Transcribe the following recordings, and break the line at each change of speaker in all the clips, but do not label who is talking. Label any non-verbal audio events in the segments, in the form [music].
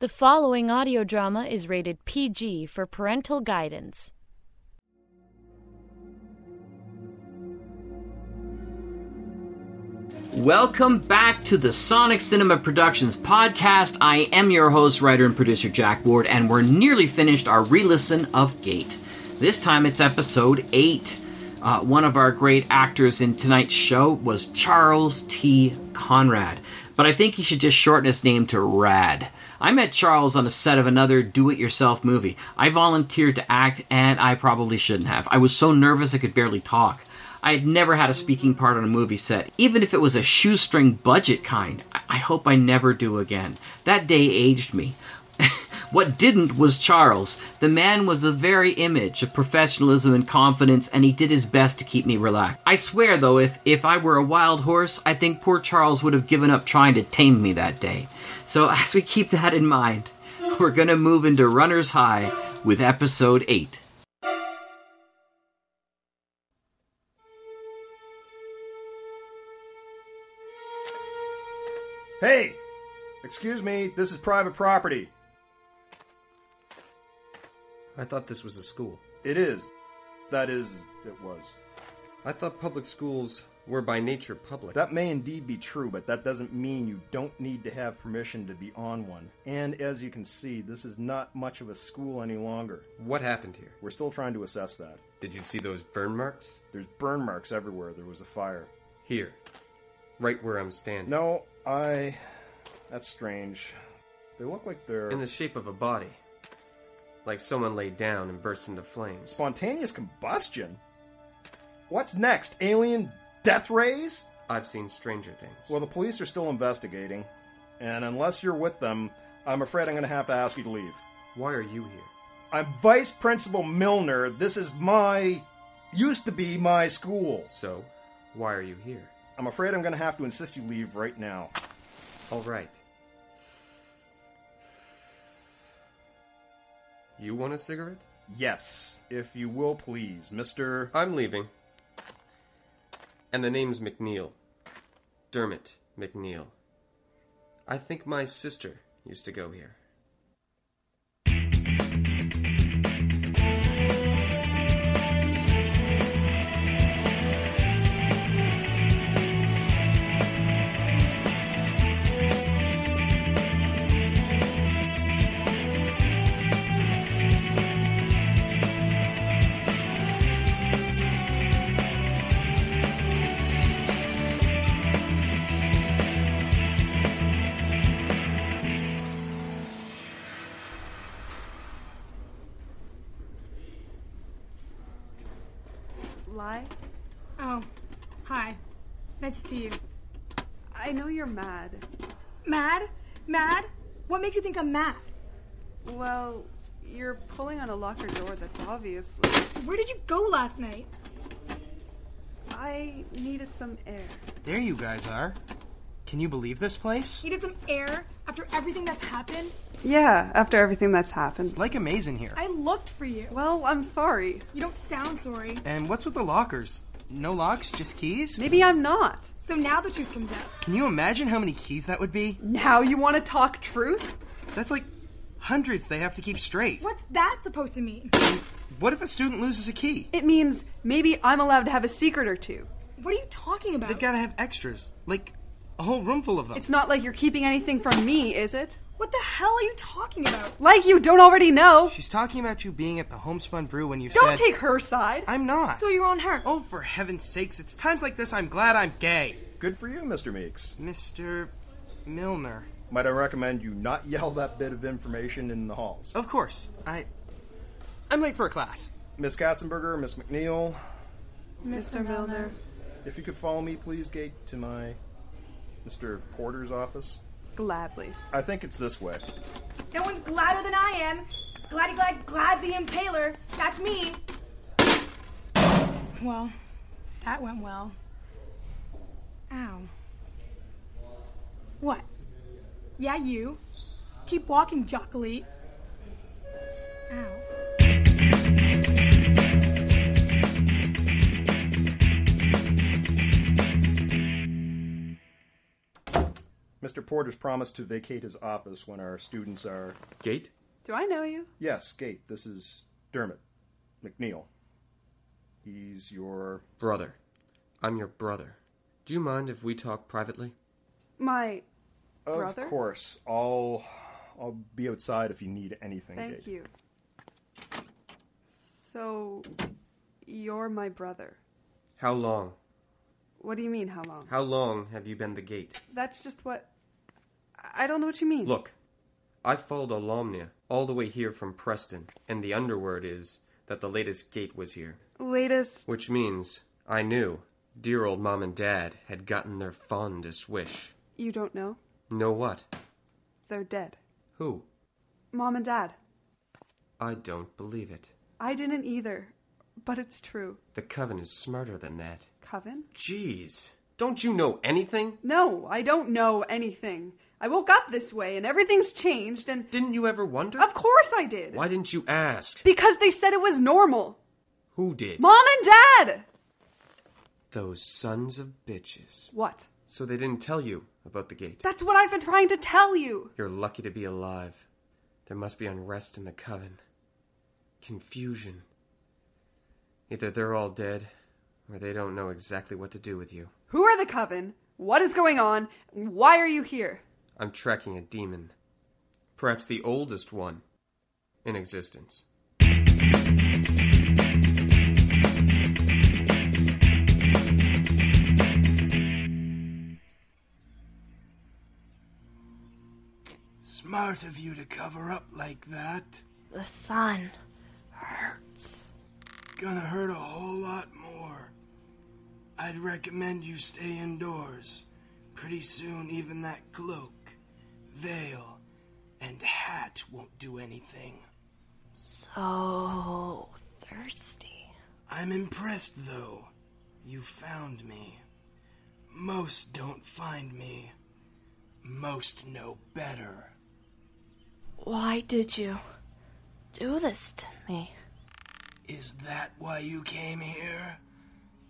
The following audio drama is rated PG for parental guidance.
Welcome back to the Sonic Cinema Productions podcast. I am your host, writer, and producer Jack Ward, and we're nearly finished our re listen of Gate. This time it's episode 8. Uh, one of our great actors in tonight's show was Charles T. Conrad, but I think he should just shorten his name to Rad. I met Charles on a set of another do it yourself movie. I volunteered to act, and I probably shouldn't have. I was so nervous I could barely talk. I had never had a speaking part on a movie set, even if it was a shoestring budget kind. I, I hope I never do again. That day aged me. [laughs] what didn't was Charles. The man was the very image of professionalism and confidence, and he did his best to keep me relaxed. I swear, though, if, if I were a wild horse, I think poor Charles would have given up trying to tame me that day. So, [laughs] as we keep that in mind, we're going to move into Runner's High with episode 8.
Hey! Excuse me, this is private property.
I thought this was a school.
It is. That is, it was.
I thought public schools were by nature public.
That may indeed be true, but that doesn't mean you don't need to have permission to be on one. And as you can see, this is not much of a school any longer.
what happened here?
We're still trying to assess that.
Did you see those burn marks?
There's burn marks everywhere. There was a fire.
Here. Right where I'm standing.
No, I. That's strange. They look like they're.
In the shape of a body. Like someone laid down and burst into flames.
Spontaneous combustion? What's next? Alien death rays?
I've seen stranger things.
Well, the police are still investigating, and unless you're with them, I'm afraid I'm going to have to ask you to leave.
why are you here?
I'm Vice Principal Milner. This is my. used to be my school.
So, why are you here?
I'm afraid I'm going to have to insist you leave right now.
All right. You want a cigarette?
Yes, if you will please, Mr.
I'm leaving. And the name's McNeil. Dermot McNeil. I think my sister used to go here.
Lie?
Oh, hi. Nice to see you.
I know you're mad.
Mad? Mad? What makes you think I'm mad?
Well, you're pulling on a locker door that's obviously.
Where did you go last night?
I needed some air.
There you guys are. Can you believe this place?
Needed some air after everything that's happened?
Yeah, after everything that's happened.
It's like a maze in here.
I looked for you.
Well, I'm sorry.
You don't sound sorry.
And what's with the lockers? No locks, just keys?
Maybe I'm not.
So now the truth comes out.
Can you imagine how many keys that would be?
Now you want to talk truth?
That's like hundreds they have to keep straight.
What's that supposed to mean?
What if a student loses a key?
It means maybe I'm allowed to have a secret or two.
What are you talking about?
They've got to have extras, like a whole room full of them.
It's not like you're keeping anything from me, is it?
what the hell are you talking about?
Like you don't already know.
She's talking about you being at the Homespun Brew when you
Don't
said.
take her side.
I'm not.
So you're on her.
Oh, for heaven's sakes, it's times like this I'm glad I'm gay.
Good for you, Mr. Meeks.
Mr. Milner.
Might I recommend you not [laughs] yell that bit of information in the halls?
Of course. I. I'm late for a class.
Miss Katzenberger, Miss McNeil,
Mr. Milner.
if you could follow me, please, Gate, to my. Mr. Porter's office.
Gladly.
I think it's this way.
No one's gladder than I am. Gladdy glad glad the impaler. That's me. Well, that went well. Ow. What? Yeah, you. Keep walking, Jockily. Ow.
Mr. Porter's promised to vacate his office when our students are.
Gate?
Do I know you?
Yes, Gate, this is Dermot McNeil. He's your.
Brother. I'm your brother. Do you mind if we talk privately?
My.
Of
Brother?
course. I'll. I'll be outside if you need anything.
Thank
Gate.
you. So, you're my brother.
How long?
What do you mean, how long?
How long have you been the gate?
That's just what. I don't know what you mean.
Look, I followed Alomnia all the way here from Preston, and the underword is that the latest gate was here.
Latest.
Which means I knew dear old mom and dad had gotten their fondest wish.
You don't know?
Know what?
They're dead.
Who?
Mom and Dad.
I don't believe it.
I didn't either. But it's true.
The coven is smarter than that.
Coven?
Jeez, don't you know anything?
No, I don't know anything. I woke up this way and everything's changed and.
Didn't you ever wonder?
Of course I did!
Why didn't you ask?
Because they said it was normal.
Who did?
Mom and Dad!
Those sons of bitches.
What?
So they didn't tell you about the gate.
That's what I've been trying to tell you!
You're lucky to be alive. There must be unrest in the coven. Confusion. Either they're all dead, or they don't know exactly what to do with you.
Who are the Coven? What is going on? Why are you here?
I'm tracking a demon. Perhaps the oldest one in existence.
Smart of you to cover up like that.
The sun hurts.
Gonna hurt a whole lot more. I'd recommend you stay indoors. Pretty soon, even that cloak, veil, and hat won't do anything.
So thirsty.
I'm impressed, though. You found me. Most don't find me. Most know better.
Why did you do this to me?
Is that why you came here?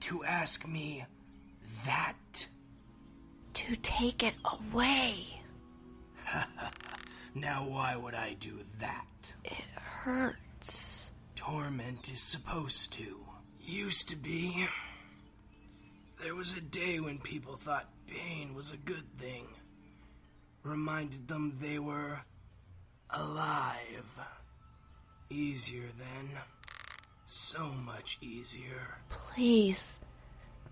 To ask me that?
To take it away.
Now, why would I do that?
It hurts.
Torment is supposed to. Used to be. There was a day when people thought pain was a good thing. Reminded them they were alive. Easier then. So much easier.
Please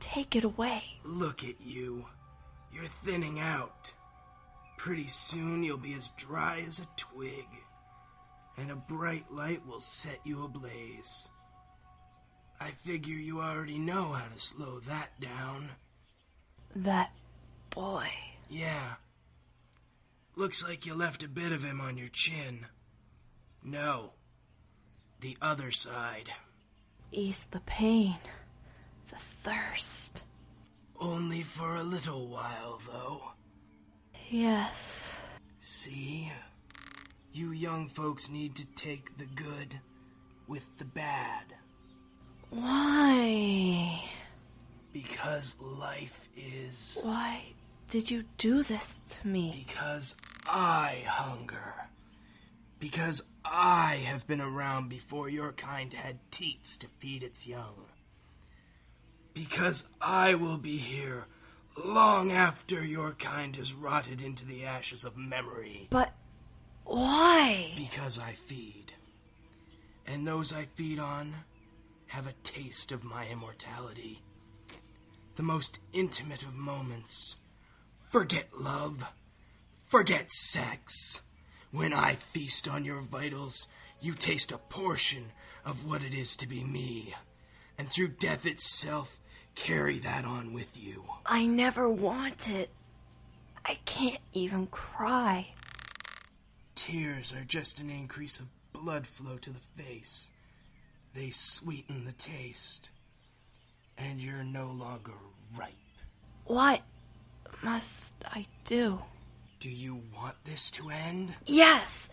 take it away.
Look at you. You're thinning out. Pretty soon you'll be as dry as a twig, and a bright light will set you ablaze. I figure you already know how to slow that down.
That boy.
Yeah. Looks like you left a bit of him on your chin. No. The other side.
Ease the pain, the thirst.
Only for a little while, though.
Yes.
See? You young folks need to take the good with the bad.
Why?
Because life is.
Why did you do this to me?
Because I hunger. Because I have been around before your kind had teats to feed its young. Because I will be here long after your kind has rotted into the ashes of memory.
But why?
Because I feed. And those I feed on have a taste of my immortality. The most intimate of moments. Forget love. Forget sex. When I feast on your vitals, you taste a portion of what it is to be me. And through death itself, carry that on with you.
I never want it. I can't even cry.
Tears are just an increase of blood flow to the face. They sweeten the taste. And you're no longer ripe.
What must I do?
Do you want this to end?
Yes!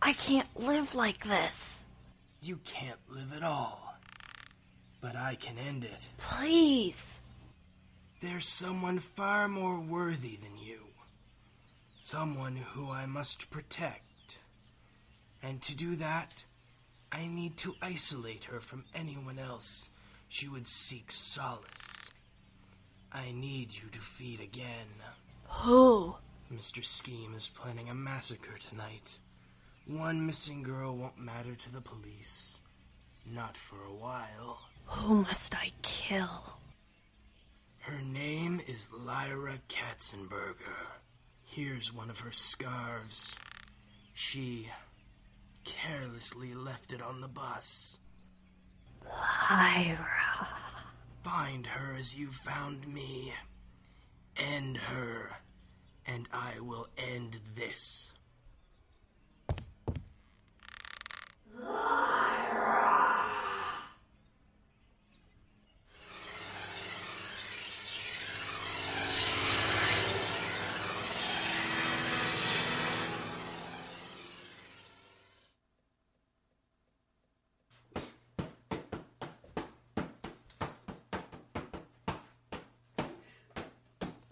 I can't live like this.
You can't live at all. But I can end it.
Please.
There's someone far more worthy than you. Someone who I must protect. And to do that, I need to isolate her from anyone else she would seek solace. I need you to feed again.
Who?
Mr. Scheme is planning a massacre tonight. One missing girl won't matter to the police. Not for a while.
Who must I kill?
Her name is Lyra Katzenberger. Here's one of her scarves. She carelessly left it on the bus.
Lyra.
Find her as you found me. End her, and I will end this.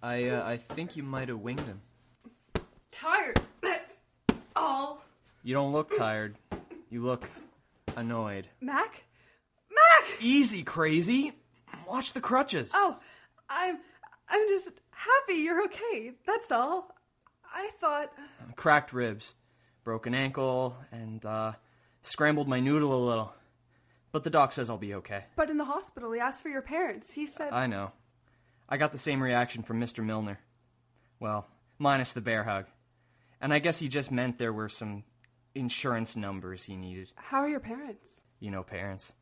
I uh, I think you might have winged him.
Tired. That's all.
You don't look tired. You look annoyed. E-
Mac? Mac!
Easy, crazy. Watch the crutches.
Oh, I'm I'm just happy you're okay. That's all. I thought
Cracked ribs, broken ankle, and uh, scrambled my noodle a little. But the doc says I'll be okay.
but in the hospital he asked for your parents. He said
I know. I got the same reaction from Mr. Milner. Well, minus the bear hug. And I guess he just meant there were some insurance numbers he needed.
How are your parents?
You know, parents.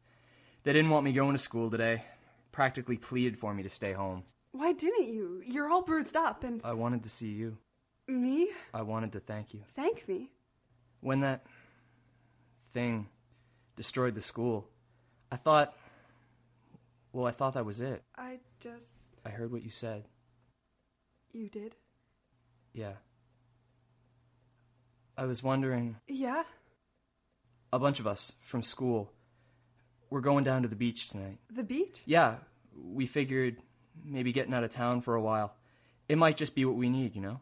They didn't want me going to school today, practically pleaded for me to stay home.
Why didn't you? You're all bruised up and
I wanted to see you.
me?
I wanted to thank you.
Thank me.
When that thing destroyed the school, I thought, well, I thought that was it.
I just
I heard what you said.
you did.
Yeah. I was wondering,
Yeah?
a bunch of us from school, we're going down to the beach tonight.
The beach?
Yeah, we figured maybe getting out of town for a while. It might just be what we need, you know?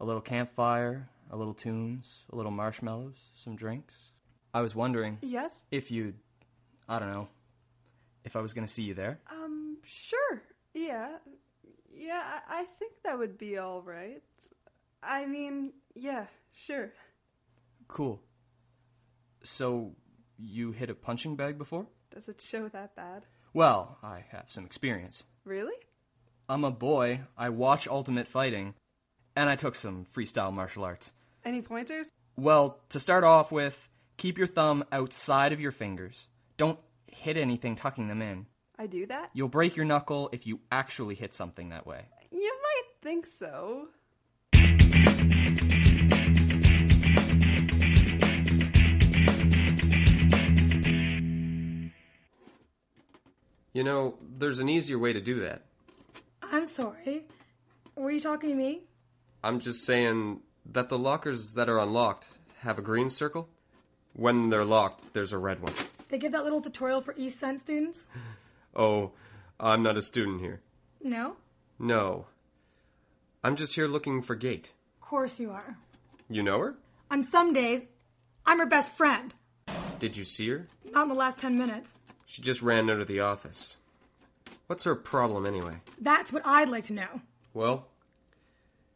A little campfire, a little tunes, a little marshmallows, some drinks. I was wondering
Yes?
if you'd, I don't know, if I was going to see you there.
Um sure. Yeah. Yeah, I, I think that would be all right. I mean, yeah, sure.
Cool. So, you hit a punching bag before?
Does it show that bad?
Well, I have some experience.
Really?
I'm a boy, I watch Ultimate Fighting, and I took some freestyle martial arts.
Any pointers?
Well, to start off with, keep your thumb outside of your fingers. Don't hit anything tucking them in.
I do that?
You'll break your knuckle if you actually hit something that way.
You might think so.
You know, there's an easier way to do that.
I'm sorry. Were you talking to me?
I'm just saying that the lockers that are unlocked have a green circle. When they're locked, there's a red one.
They give that little tutorial for East Side students?
Oh, I'm not a student here.
No?
No. I'm just here looking for Gate.
Of course you are.
You know her?
On some days, I'm her best friend.
Did you see her?
Not in the last 10 minutes.
She just ran out of the office. What's her problem anyway?
That's what I'd like to know.
Well,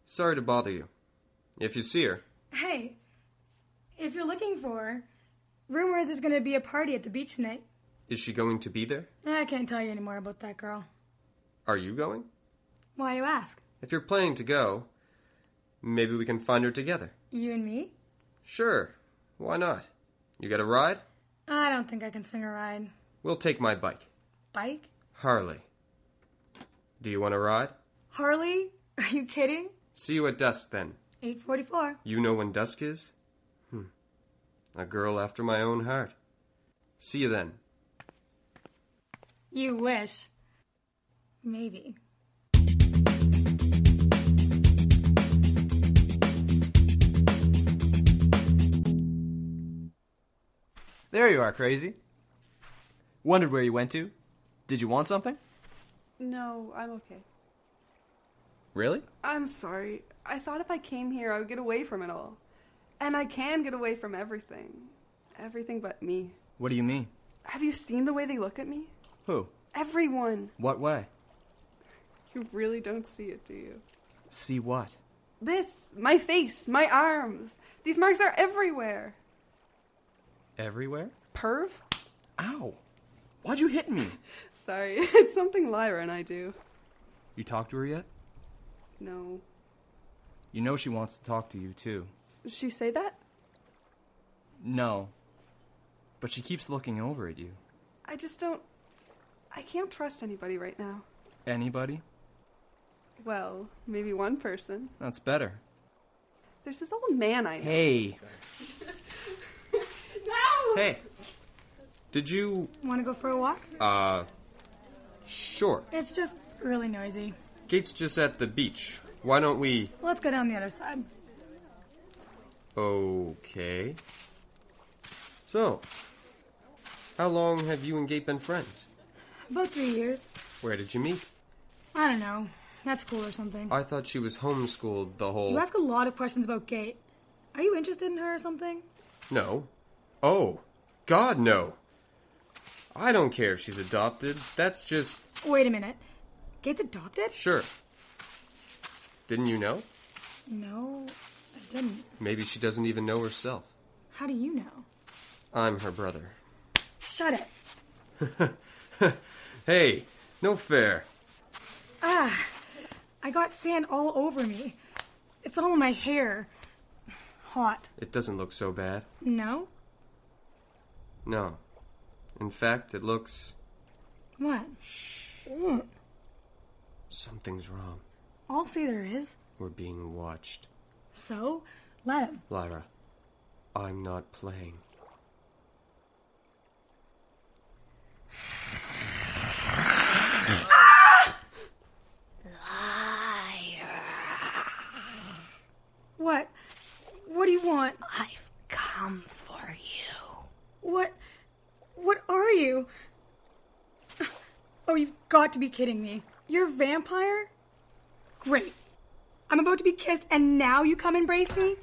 sorry to bother you. If you see her,
Hey, if you're looking for her, rumor is there's going to be a party at the beach tonight.
is she going to be there?
I can't tell you any more about that girl.
Are you going?
Why you ask?
If you're planning to go, maybe we can find her together.
You and me?
Sure, why not? You got a ride?
I don't think I can swing a ride.
We'll take my bike.
Bike?
Harley. Do you want a ride?
Harley? [laughs] Are you kidding?
See you at dusk then.
844.
You know when dusk is? Hmm. A girl after my own heart. See you then.
You wish. Maybe.
There you are, crazy. Wondered where you went to. Did you want something?
No, I'm okay.
Really?
I'm sorry. I thought if I came here, I would get away from it all. And I can get away from everything. Everything but me.
What do you mean?
Have you seen the way they look at me?
Who?
Everyone.
What way?
You really don't see it, do you?
See what?
This, my face, my arms. These marks are everywhere.
Everywhere?
Perv?
Ow. Why'd you hit me?
Sorry, [laughs] it's something Lyra and I do.
You talked to her yet?
No.
You know she wants to talk to you, too.
Did she say that?
No. But she keeps looking over at you.
I just don't. I can't trust anybody right now.
Anybody?
Well, maybe one person.
That's better.
There's this old man I know.
Hey.
No!
Hey. Did you,
Want to go for a walk?
uh. Sure.
It's just really noisy.
Gate's just at the beach. Why don't we.
Let's go down the other side.
Okay. So. How long have you and Gate been friends?
About three years.
Where did you meet?
I don't know. That's cool or something.
I thought she was homeschooled the whole.
You ask a lot of questions about Gate. Are you interested in her or something?
No. Oh. God, no. I don't care if she's adopted. That's just.
Wait a minute. Gate's adopted?
Sure. Didn't you know?
No, I didn't.
Maybe she doesn't even know herself.
How do you know?
I'm her brother.
Shut it.
Hey, no fair.
Ah, I got sand all over me. It's all in my hair. Hot.
It doesn't look so bad.
No?
No. In fact, it looks.
What? Mm.
Something's wrong.
I'll say there is.
We're being watched.
So, let him.
Lyra, I'm not playing.
What? What do you want?
I've come for you.
What? What are you? [sighs] Oh, you've got to be kidding me. You're a vampire? Great. I'm about to be kissed, and now you come embrace me?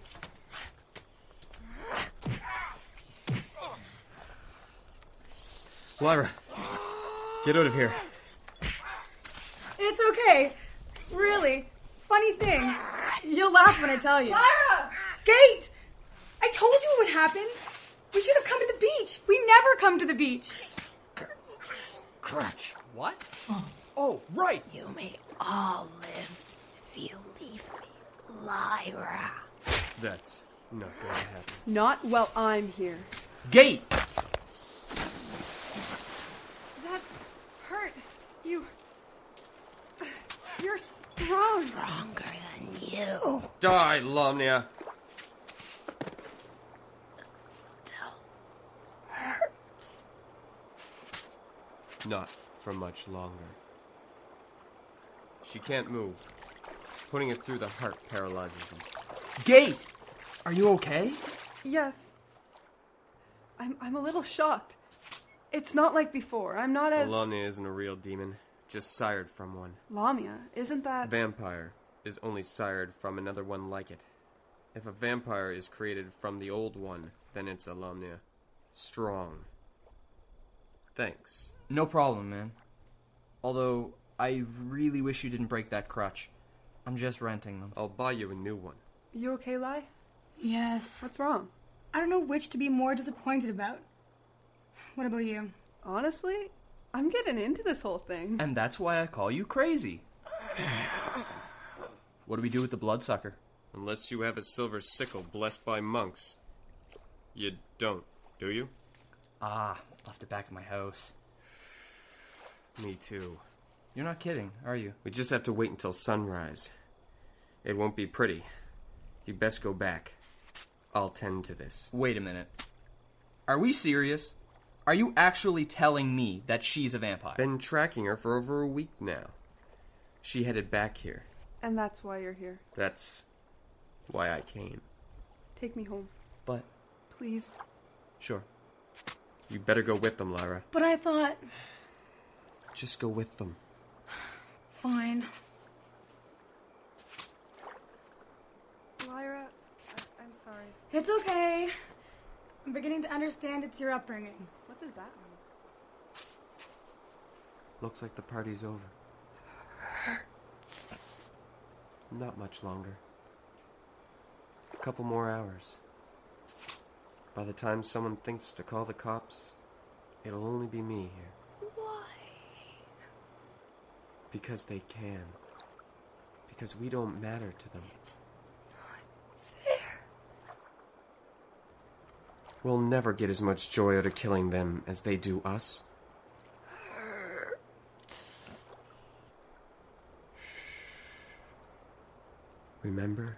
Lyra, get out of here.
It's okay. Really. Funny thing. You'll laugh when I tell you.
Lyra!
Gate! I told you it would happen. We should have come to the beach. We never come to the beach.
Crutch.
What? Oh, right.
You may all live if you leave me, Lyra.
That's not gonna happen.
Not while I'm here.
Gate!
That hurt. You. You're strong.
Stronger than you.
Die, Lomnia.
Hurts.
Not for much longer. She can't move. Putting it through the heart paralyzes them.
Gate! Are you okay?
Yes. I'm, I'm a little shocked. It's not like before. I'm not as.
Lomnia isn't a real demon, just sired from one.
Lamia, isn't
A
that.
vampire is only sired from another one like it. If a vampire is created from the old one, then it's a Lomnia. Strong. Thanks.
No problem, man. Although, I really wish you didn't break that crutch. I'm just renting them.
I'll buy you a new one.
You okay, Lai?
Yes.
What's wrong?
I don't know which to be more disappointed about. What about you?
Honestly, I'm getting into this whole thing.
And that's why I call you crazy. what do we do with the bloodsucker?
Unless you have a silver sickle blessed by monks. You don't, do you?
Ah, off the back of my house.
Me too.
You're not kidding, are you?
We just have to wait until sunrise. It won't be pretty. You best go back. I'll tend to this.
Wait a minute. Are we serious? Are you actually telling me that she's a vampire?
Been tracking her for over a week now. She headed back here.
And that's why you're here.
That's why I came.
Take me home,
But,
please.
sure. You better go with them, Lyra.
But I thought,
Just go with them.
fine. It's okay. I'm beginning to understand it's your upbringing.
What does that mean?
Looks like the party's over. Not much longer. A couple more hours. By the time someone thinks to call the cops, it'll only be me here.
Why?
Because they can. Because we don't matter to them. We'll never get as much joy out of killing them as they do us. Remember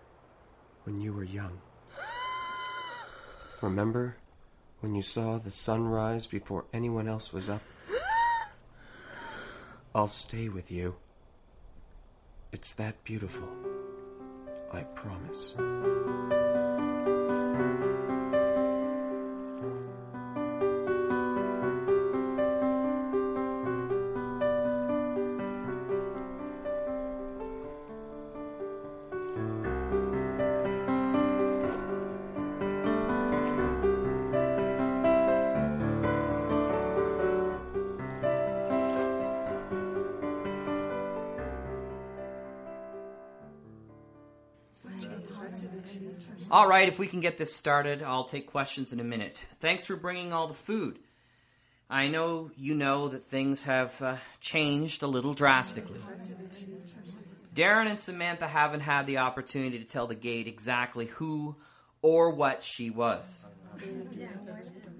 when you were young? Remember when you saw the sun rise before anyone else was up? I'll stay with you. It's that beautiful. I promise.
All right, if we can get this started, I'll take questions in a minute. Thanks for bringing all the food. I know you know that things have uh, changed a little drastically. Darren and Samantha haven't had the opportunity to tell the gate exactly who or what she was.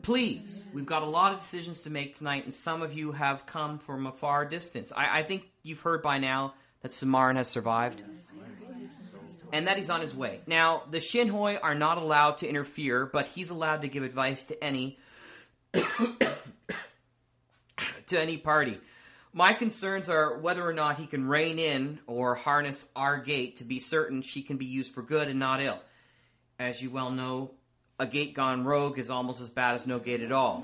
Please, we've got a lot of decisions to make tonight, and some of you have come from a far distance. I, I think you've heard by now that Samarin has survived and that he's on his way. Now, the Shinhoi are not allowed to interfere, but he's allowed to give advice to any [coughs] to any party. My concerns are whether or not he can rein in or harness our gate to be certain she can be used for good and not ill. As you well know, a gate gone rogue is almost as bad as no gate at all.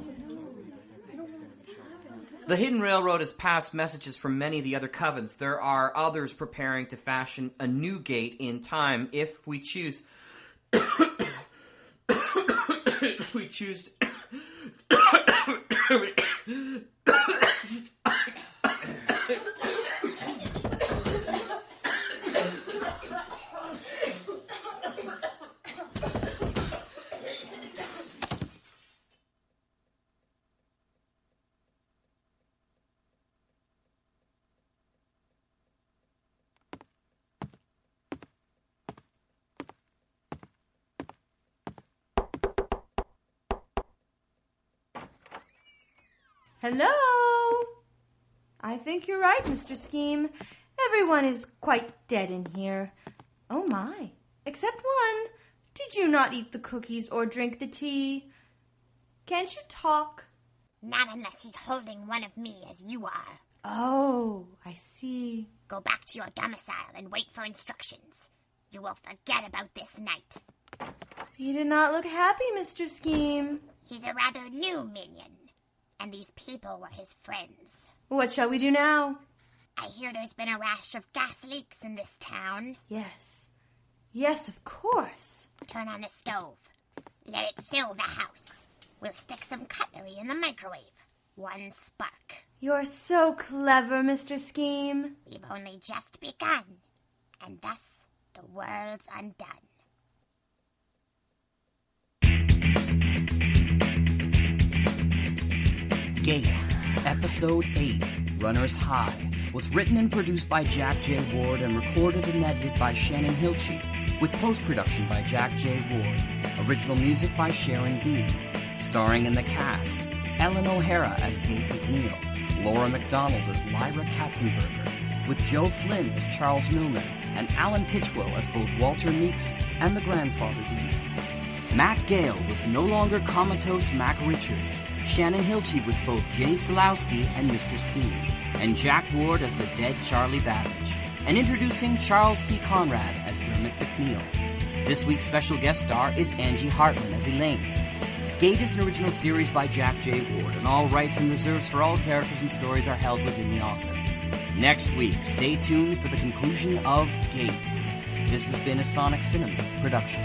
The Hidden Railroad has passed messages from many of the other covens. There are others preparing to fashion a new gate in time if we choose. [coughs] if we choose.
Hello? I think you're right, Mr. Scheme. Everyone is quite dead in here. Oh my. Except one. Did you not eat the cookies or drink the tea? Can't you talk?
Not unless he's holding one of me as you are.
Oh, I see.
Go back to your domicile and wait for instructions. You will forget about this night.
You do not look happy, Mr. Scheme.
He's a rather new minion, and these people were his friends.
What shall we do now?
I hear there's been a rash of gas leaks in this town.
Yes. Yes, of course.
Turn on the stove. Let it fill the house. We'll stick some cutlery in the microwave. One spark.
You're so clever, Mr. Scheme.
We've only just begun, and thus the world's undone.
Gate, Episode 8, Runner's High, was written and produced by Jack J. Ward and recorded and edited by Shannon Hilchey, with post production by Jack J. Ward, original music by Sharon Beatty, starring in the cast Ellen O'Hara as Gate McNeil, Laura McDonald as Lyra Katzenberger, with Joe Flynn as Charles Milner, and Alan Titchwell as both Walter Meeks and the grandfather Lee. Matt Gale was no longer comatose Mac Richards. Shannon Hilchey was both Jay Salowski and Mr. Skeen, and Jack Ward as the dead Charlie Babbage. And introducing Charles T. Conrad as Dermot McNeil. This week's special guest star is Angie Hartman as Elaine. Gate is an original series by Jack J. Ward, and all rights and reserves for all characters and stories are held within the author. Next week, stay tuned for the conclusion of Gate. This has been a Sonic Cinema production.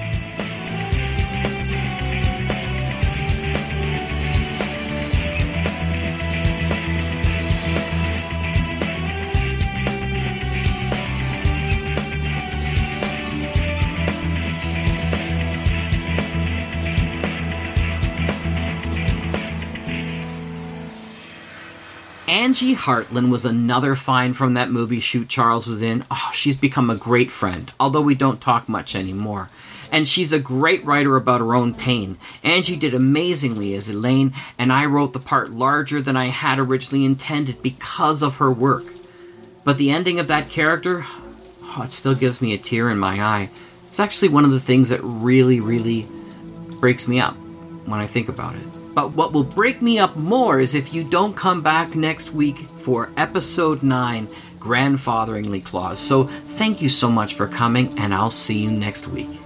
Angie Hartland was another find from that movie shoot Charles was in. Oh, she's become a great friend, although we don't talk much anymore. And she's a great writer about her own pain. Angie did amazingly as Elaine, and I wrote the part larger than I had originally intended because of her work. But the ending of that character, oh, it still gives me a tear in my eye. It's actually one of the things that really, really breaks me up when I think about it. But what will break me up more is if you don't come back next week for episode 9, Grandfatheringly Clause. So thank you so much for coming, and I'll see you next week.